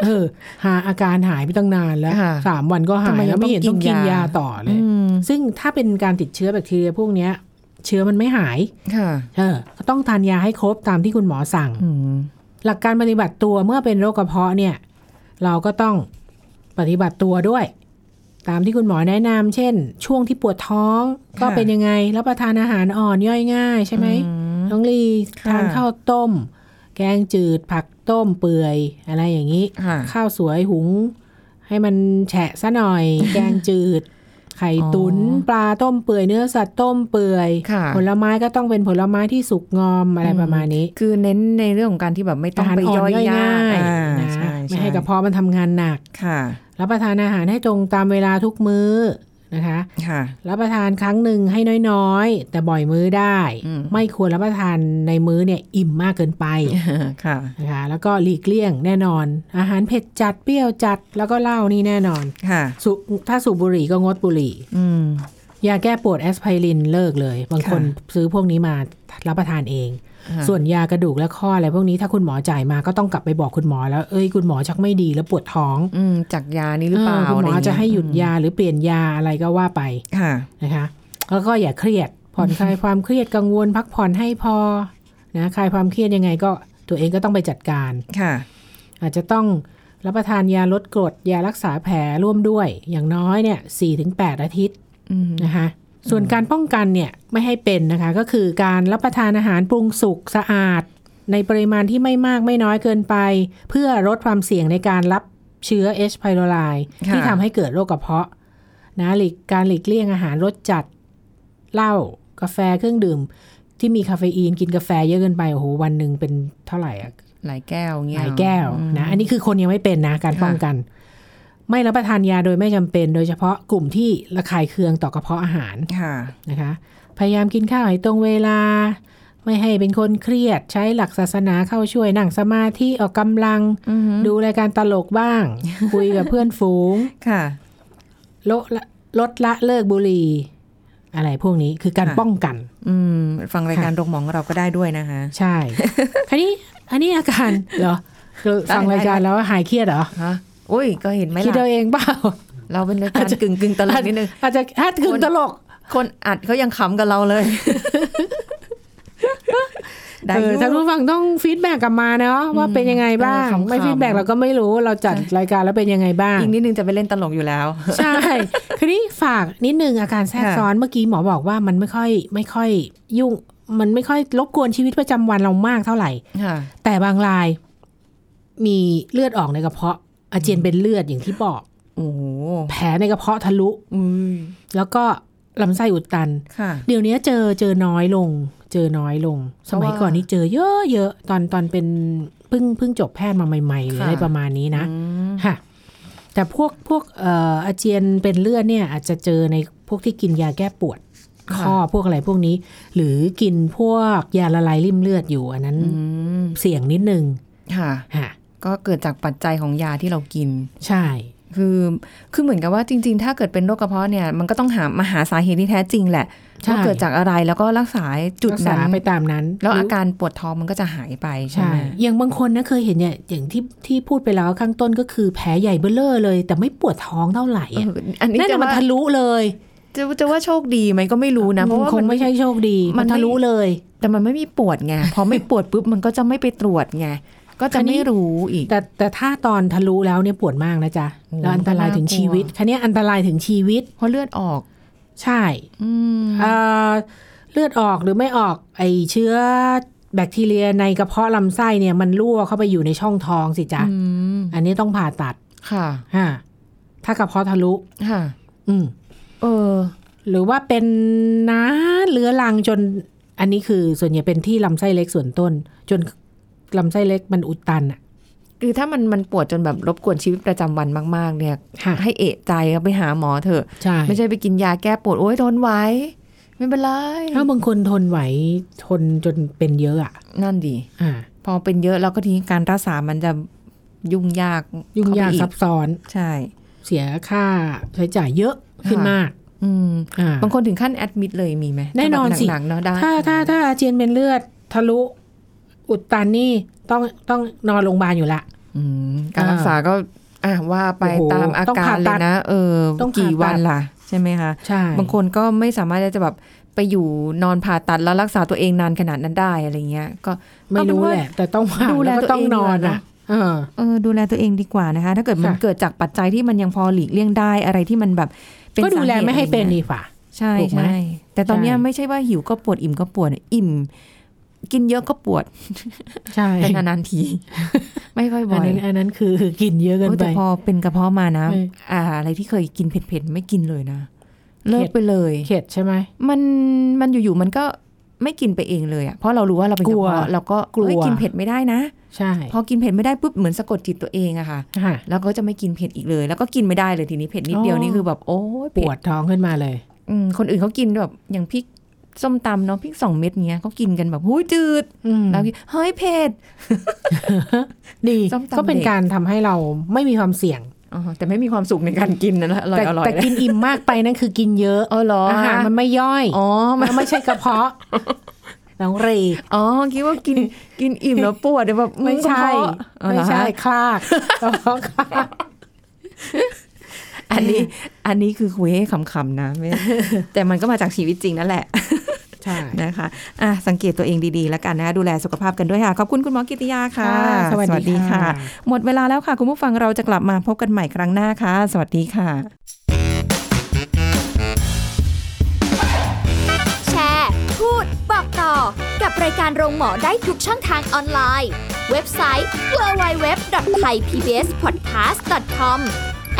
Speaker 3: เออ หาอาการหายไปตั้งนานแล้ว
Speaker 2: ค่ะ
Speaker 3: สามวันก็หา
Speaker 2: ทำ
Speaker 3: ย
Speaker 2: ไมยั
Speaker 3: แล้
Speaker 2: ง
Speaker 3: วไม่เห็น
Speaker 2: ต้
Speaker 3: ต้
Speaker 2: อ
Speaker 3: องง
Speaker 2: กิ
Speaker 3: กิ
Speaker 2: นยาย
Speaker 3: นาต่อเลย
Speaker 2: อืม
Speaker 3: ซึ่งถ้าเป็นการติดเชื้อแบคทีเรียพวกเนี้ย เชื้อมันไม่หาย
Speaker 2: ค่ะ
Speaker 3: เออก็ต้องทานยาให้ครบตามที่คุณหมอสั่ง
Speaker 2: อืม
Speaker 3: หลักการปฏิบัติตัวเมื่อเป็นโรคกระเพาะเนี่ย เราก็ต้องปฏิบัติตัวด้วย ตามที่คุณหมอแนะนำเช่น ช่วงที่ปวดท้อง ก็
Speaker 2: ค่ะ
Speaker 3: เป็นยังไงรับประทานอาหารอ่อนย่อยง่ายใช่ไหมน้องลี
Speaker 2: ค่ะ
Speaker 3: ทานข้าวต้ม แกงจืดผักต้มเปื่อยอะไรอย่างนี้
Speaker 2: ค่ะ
Speaker 3: ข้าวสวยหุง ให้มันแฉะซะหน่อย
Speaker 2: <laughs>
Speaker 3: แกงจืด ไข่ตุน๋น
Speaker 2: อ๋อ
Speaker 3: ปลาต้มเปื่อยเนื้อสัตว์ต้มเปื่อย
Speaker 2: ค่ะ
Speaker 3: ผลไม้ก็ต้องเป็นผลไม้ที่สุกงอมอะไร
Speaker 2: อืม
Speaker 3: ประมาณนี้
Speaker 2: คือเน้นในเรื่องของการที่แบบไม่ต้อ
Speaker 3: อางหาร
Speaker 2: ไป
Speaker 3: อ่อน
Speaker 2: ย่
Speaker 3: ย่
Speaker 2: อ
Speaker 3: อยย
Speaker 2: ยา
Speaker 3: ง่ากย
Speaker 2: อ่า
Speaker 3: นะ
Speaker 2: ใช่
Speaker 3: ไม่ให้กระ
Speaker 2: ช่
Speaker 3: เพาะมันทำงานหนัก
Speaker 2: ค่ะ
Speaker 3: รับประทานอาหารให้ตรงตามเวลาทุกมื้อนะคะ
Speaker 2: ค่ะ
Speaker 3: รับประทานครั้งหนึ่งให้น้อยๆ แต่บ่อยมื้อได้
Speaker 2: อืม
Speaker 3: ไม่ควรรับประทานในมื้อเนี่ยอิ่มมากเกินไป
Speaker 2: <laughs> ค่ะ
Speaker 3: นะคะแล้วก็หลีกเลี่ยงแน่นอน อาหารเผ็ดจัดเปรี้ยวจัดแล้วก็เหล้านี่แน่นอน
Speaker 2: ค่ะ
Speaker 3: สูบถ้าสูบบุหรี่ก็งดบุหรี่
Speaker 2: อืม
Speaker 3: ยาแก้ปวดแอสไพรินเลิกเลย บางคนซื้อพวกนี้มารับประทานเอง
Speaker 2: ค่ะ
Speaker 3: ส่วนยากระดูกและข้ออะไรพวกนี้ถ้าคุณหมอจ่ายมาก็ต้องกลับไปบอกคุณหมอแล้วเอ้ยคุณหมอชักไม่ดีแล้วปวดท้อง
Speaker 2: อืมจากยานี้หรือเปล่า
Speaker 3: เออคุณหมออาจจะให้หยุดยาหรือเปลี่ยนยาอะไรก็ว่าไป
Speaker 2: ค่ะ
Speaker 3: นะคะแล้วก็อย่าเครียดผ่อนคลายความเครียดกังวล พักผ่อนให้พอนะคลายความเครียดยังไงก็ตัวเองก็ต้องไปจัดการ
Speaker 2: ค่ะ
Speaker 3: อาจจะต้องรับประทานยาลดกรด ยารักษาแผลร่วมด้วย อย่างน้อยเนี่ยสี่ถึงแปดอาทิตย์
Speaker 2: อืม
Speaker 3: นะคะส่วนการป้องกันเนี่ยไม่ให้เป็นนะคะก็คือการรับประทานอาหารปรุงสุกสะอาด ในปริมาณที่ไม่มากไม่น้อยเกินไป เพื่อลดความเสี่ยงในการรับเชื้อ H. pylori
Speaker 2: ค่ะ
Speaker 3: ที่ทำให้เกิดโรคกระเพาะนะหลีกการหลีกเลี่ยงอาหารรสจัดเหล้ากาแฟเครื่องดื่ม ที่มีคาเฟอีนกินกาแฟเยอะเกินไปโอ้โหวันหนึ่งเป็นเท่าไหร่อะ
Speaker 2: หลายแก้วเงี้ย
Speaker 3: หลายแก้ว
Speaker 2: อืม
Speaker 3: นะอันนี้คือคนยังไม่เป็นนะการ
Speaker 2: ค่ะ
Speaker 3: ป้องกัน ไม่รับประทานยาโดยไม่จำเป็น โดยเฉพาะกลุ่มที่ระคายเคืองต่อกระเพาะอาหาร
Speaker 2: ค่ะ
Speaker 3: นะคะ พยายามกินข้าวให้ตรงเวลา ไม่ให้เป็นคนเครียดใช้หลักศาสนาเข้าช่วยนั่งสมาธิออกกำลัง
Speaker 2: อือฮึ
Speaker 3: ดูรายการตลกบ้าง คุยกับเพื่อนฝูง <laughs>
Speaker 2: ค่ะ
Speaker 3: ลดละลดละเลิกบุหรี่อะไรพวกนี้คือการ
Speaker 2: ค่ะ
Speaker 3: ป้องกัน
Speaker 2: อืม ฟังรายการโรงหมอของเราก็ได้ด้วยนะคะ
Speaker 3: ใช่ คันนี้อันนี้อาการ <laughs> เหรอคือฟังรายการแล้วหายเครียดเหรอ
Speaker 2: ฮะอุ้ย ก็เห็นไหม
Speaker 3: คิดเอา
Speaker 2: ล่ะ
Speaker 3: เองเปล่า
Speaker 2: เราเป็นรายการกึ่งกึ่งๆตลกนิดนึง
Speaker 3: อาจจะอาจจะคือตลก
Speaker 2: คนอัดเขายังขำกับเราเลย ได้
Speaker 3: เอ
Speaker 2: อ
Speaker 3: อยู่ ท่านผู้ฟังต้องฟีดแบ็กกลับมาเนาะว่าเป็นยังไงบ้าง
Speaker 2: เออขำๆ
Speaker 3: ไม่ฟีดแบ็กเราก็ไม่รู้เราจัดรายการแล้วเป็นยังไงบ้าง
Speaker 2: อีกนิดนึงจะไปเล่นตลกอยู่แล้ว
Speaker 3: ใช่คืนี้ฝากนิดนึงอาการแทรก
Speaker 2: ค่ะ
Speaker 3: ซ้อนเมื่อกี้หมอบอกว่ามันไม่ค่อยไม่ค่อยยุ่ง มันไม่ค่อยรบกวนชีวิตประจำวันเรามากเท่าไหร่
Speaker 2: ค่ะ
Speaker 3: แต่บางรายมีเลือดออกในกระเพาะ อาเจียนเป็นเลือดอย่างที่บอก
Speaker 2: โอ้โห
Speaker 3: แผลในกระเพาะทะลุ
Speaker 2: อุ้ย
Speaker 3: แล้วก็ลำไส้อุดตัน
Speaker 2: ค่ะ
Speaker 3: เดี๋ยวนี้เจอเจอน้อยลง เจอน้อยลง
Speaker 2: เพ
Speaker 3: ส
Speaker 2: ราะว่า
Speaker 3: มัยก่อนนี่เจอเยอะเยอะตอนตอนเป็นเพิ่งเพิ่งจบแพทย์มาใหม่ๆหรือ
Speaker 2: ค่ะ
Speaker 3: อะไรประมาณนี้นะ
Speaker 2: อืม
Speaker 3: ค่ะแต่พวกพวกเอ่ออาเจียนเป็นเลือดเนี่ย อาจจะเจอในพวกที่กินยาแก้ปวดข้อพวกอะไรพวกนี้ หรือกินพวกยาละลายริ่มเลือดอยู่อันนั้น
Speaker 2: อืม
Speaker 3: เสี่ยงนิดนึง
Speaker 2: ค่ะ
Speaker 3: ค่ะ
Speaker 2: ก็เกิดจากปัจจัยของยาที่เรากิน
Speaker 3: ใช่
Speaker 2: คือคือเหมือนกับว่าจริง ๆ ถ้าเกิดเป็นโรคกระเพาะเนี่ย มันก็ต้องหามาหาสาเหตุที่แท้จริงแหละ
Speaker 3: ใช่
Speaker 2: ว่าเกิดจากอะไรแล้วก็รักษาจุด
Speaker 3: รักษา
Speaker 2: นั้น
Speaker 3: ไปตามนั้น
Speaker 2: แล้ว
Speaker 3: หรื
Speaker 2: อาการปวดท้องมันก็จะหายไปใช่
Speaker 3: ใช่
Speaker 2: ไหม
Speaker 3: อย่างบางคนนะเคยเห็นเนี่ยอย่างที่ที่พูดไปแล้วข้างต้นก็คือแผลใหญ่เบ้อเร่อเลย แต่ไม่ปวดท้องเท่าไหร่
Speaker 2: เอ
Speaker 3: อะ
Speaker 2: ออันนี้
Speaker 3: นั่น
Speaker 2: จะ
Speaker 3: น่ะมัน
Speaker 2: ว่า
Speaker 3: ทะลุเลย
Speaker 2: จะจะว่าโชคดีไหมก็ไม่รู้นะเพราะว่า
Speaker 3: คง
Speaker 2: น
Speaker 3: ไม่ใช่โชคดี
Speaker 2: มั
Speaker 3: มันน
Speaker 2: ไม่
Speaker 3: ทะลุเลย
Speaker 2: แต่มันไม่มีปวด <laughs> ไง พอไม่ปวดปุ๊บมันก็จะไม่ไปตรวจไง ก็จะ
Speaker 3: คันนี้
Speaker 2: ไม่รู้อีก
Speaker 3: แต่แต่ถ้าตอนทะลุแล้วเนี่ยปวดมากนะจ๊ะ
Speaker 2: โอ้โห
Speaker 3: แล้วอันตรายถึงชีวิต
Speaker 2: น่ากลัว
Speaker 3: คันนี้อันตรายถึงชีวิต
Speaker 2: เพราะเลือดออก
Speaker 3: ใช่
Speaker 2: อืม
Speaker 3: เอ่อเลือดออกหรือไม่ออกไอเชื้อแบคทีเรียในกระเพาะลำไส้เนี่ยมันรั่วเข้าไปอยู่ในช่องท้องสิจ๊ะ
Speaker 2: อืม
Speaker 3: อันนี้ต้องผ่าตัด
Speaker 2: ค่ะ
Speaker 3: ฮะถ้ากระเพาะทะลุ
Speaker 2: ค่ะ
Speaker 3: อืม
Speaker 2: เออ
Speaker 3: หรือว่าเป็นน้าเลื้อรังจนอันนี้คือส่วนใหญ่เป็นที่ลำไส้เล็กส่วนต้น จนลำไส้เล็กมันอุดตันอ่ะ
Speaker 2: คือถ้ามันมันปวดจนแบบรบกวนชีวิตประจำวันมาก ๆ เนี่ย
Speaker 3: ค่ะ
Speaker 2: ให้เอะใจครับไปหาหมอเถอะ
Speaker 3: ใช่
Speaker 2: ไม่ใช่ไปกินยาแก้ปวด โอ้ยทนไหว้ ไม่เป็นไร
Speaker 3: ถ้าบางคนทนไหวทนจนเป็นเยอะอ่ะ
Speaker 2: นั่นดี
Speaker 3: อ่า
Speaker 2: พอเป็นเยอะแล้วก็ทีนี้การรักษามันจะยุ่งยาก
Speaker 3: ยุ่งยาก
Speaker 2: เข้
Speaker 3: ซั
Speaker 2: ไป
Speaker 3: บ
Speaker 2: อี
Speaker 3: ซ้อน
Speaker 2: ใช่
Speaker 3: เสียค่าใช้จ่ายเยอะขึ้น
Speaker 2: ค่ะ
Speaker 3: มาก
Speaker 2: อืม
Speaker 3: อ่า
Speaker 2: บางคนถึงขั้นแอดมิดเลยมีไหม
Speaker 3: แน่นอนสิ
Speaker 2: ถ้าแบบหนักๆเนาะได้
Speaker 3: ถ้าถ้าถ้าอาเจียนเป็นเลือดทะลุอุดตันนี่ ต้องต้องนอนโรงพยาบาลอยู่ละ
Speaker 6: อืมการรักษาก็อ่ะว่าไป
Speaker 3: โอ้โห
Speaker 6: ตามอา
Speaker 3: ต้อง
Speaker 6: การ
Speaker 3: ผ่า
Speaker 6: เล
Speaker 3: ตัด
Speaker 6: ยนะ เออ
Speaker 3: ต้องผ่า
Speaker 6: กี่วัน
Speaker 3: ตัด
Speaker 6: ล่ะ ใช่ไหมคะ
Speaker 3: ใช่
Speaker 6: บางคนก็ไม่สามารถจะแบบไปอยู่นอนผ่าตัดแล้วรักษาตัวเองนานขนาดนั้นได้อะไรเงี้ย ก็
Speaker 3: ไม่รู้แหละ แต่ต้องผ่าน
Speaker 6: ดูแล
Speaker 3: แล้ว
Speaker 6: ตั
Speaker 3: ก็
Speaker 6: ว
Speaker 3: ต้อง
Speaker 6: เอง
Speaker 3: นอน
Speaker 6: ดีกว่าเน
Speaker 3: นะ
Speaker 6: อะ
Speaker 3: เออ
Speaker 2: เออดูแลตัวเองดีกว่านะคะ ถ้าเกิดมัน
Speaker 3: ค่ะ
Speaker 2: เกิดจากปัจจัยที่มันยังพอหลีกเลี่ยงได้อะไรที่มันแบบเป็น
Speaker 3: ก็ดูแล
Speaker 2: สาหตุ
Speaker 3: ไม่ให้เป็น
Speaker 2: อะไรงี้ย
Speaker 3: ดีฝ่า
Speaker 2: ใช่
Speaker 3: ถูกไหม
Speaker 2: ใช่แต่ตอนเนี้ย
Speaker 3: ใช่
Speaker 2: ไม่ใช่ว่าหิวก็ปวดอิ่มก็ปวดอิ่ม กินเยอะก็ปวด
Speaker 3: ใช่
Speaker 2: แต่นานๆที <laughs> ไม่ค่อยบ่
Speaker 3: อัน
Speaker 2: อย
Speaker 3: นั้นอันนั้นคือกินเยอะเกิน
Speaker 2: โอ้ย
Speaker 3: ไป
Speaker 2: แต่พอเป็นกระเพาะมานะ
Speaker 3: เออ
Speaker 2: อ่า อะไรที่เคยกินเผ็ดๆไม่กินเลยนะ เลิ
Speaker 3: เข็
Speaker 2: ก
Speaker 3: ด
Speaker 2: ไปเลย
Speaker 3: เข็ดใช่ไหม
Speaker 2: มันมันอยู่ๆมันก็ไม่กินไปเองเลยอ่ะเพราะเรารู้ว่าเราเป็น
Speaker 3: ก
Speaker 2: ก
Speaker 3: ลั
Speaker 2: ระ
Speaker 3: ว
Speaker 2: เพาะเราก็
Speaker 3: กลัว
Speaker 2: เอ้ยกินเผ็ดไม่ได้นะ
Speaker 3: ใช่
Speaker 2: พอกินเผ็ดไม่ได้ปุ๊บเหมือนสะกดจิตตัวเองอะค่ะ
Speaker 3: ค่ะ
Speaker 2: แล้วก็จะไม่กินเผ็ดอีกเลย แล้วก็กินไม่ได้เลยทีนี้เผ็ดนิดเดียว
Speaker 3: อ๋อ
Speaker 2: นี่คือแบบโอ้ย
Speaker 3: ป
Speaker 2: เผ็ด
Speaker 3: วดท้องขึ้นมาเลย
Speaker 2: อืมคนอื่นเขากินแบบอย่างพริกส้มตำเนาะพริกสองเม็ดเนี้ยเขากินกันแบบหูยจืด
Speaker 3: อืม
Speaker 2: แล้วกินเฮ้ยเผ็ด
Speaker 3: ดี
Speaker 2: ส้มตำ
Speaker 3: ก็เป็น
Speaker 2: เด็ก
Speaker 3: การทำให้เราไม่มีความเสี่ยง
Speaker 2: อ๋อแต่ไม่มีความสุขในการกินนะอร่อย
Speaker 3: แต่
Speaker 2: อร่อย
Speaker 3: แต่กินอิ่มมากไปนั่นคือกินเยอะ
Speaker 2: เออเหรอ
Speaker 3: อาหารมันไม่ย่อย
Speaker 2: อ๋อ
Speaker 3: มั
Speaker 2: มัน
Speaker 3: นไม่ใช่กระเพาะน้องเร
Speaker 2: อ๋อคิดว่ากินกินอิ่มแล้วปวดเดี๋ยวแบบอื
Speaker 3: ไม่
Speaker 2: ก
Speaker 3: ใช่
Speaker 2: ระเพาะอ๋อเหรอ
Speaker 3: ไม่ใช่
Speaker 2: ฮะ
Speaker 3: คลากกระเพาะคลาก
Speaker 2: อันนี้อันนี้คือคุยให้ขำๆนะไม่ แต่มันก็มาจากชีวิตจริงนั่นแหละ
Speaker 3: ใช่
Speaker 2: นะคะอ่ะสังเกตตัวเองดีๆ แล้วกันนะคะดูแลสุขภาพกันด้วยค่ะ ขอบคุณคุณหมอกิติยาค่ะ
Speaker 3: ค่ะสวัสดีค่ะ
Speaker 2: หมดเวลาแล้วค่ะ คุณผู้ฟังเราจะกลับมาพบกันใหม่ครั้งหน้าค่ะ สวัสดีค่ะ
Speaker 1: แชร์ พูด บอกต่อ กับรายการโรงหมอได้ทุกช่องทางออนไลน์ เว็บไซต์ www.thaipbspodcast.com แ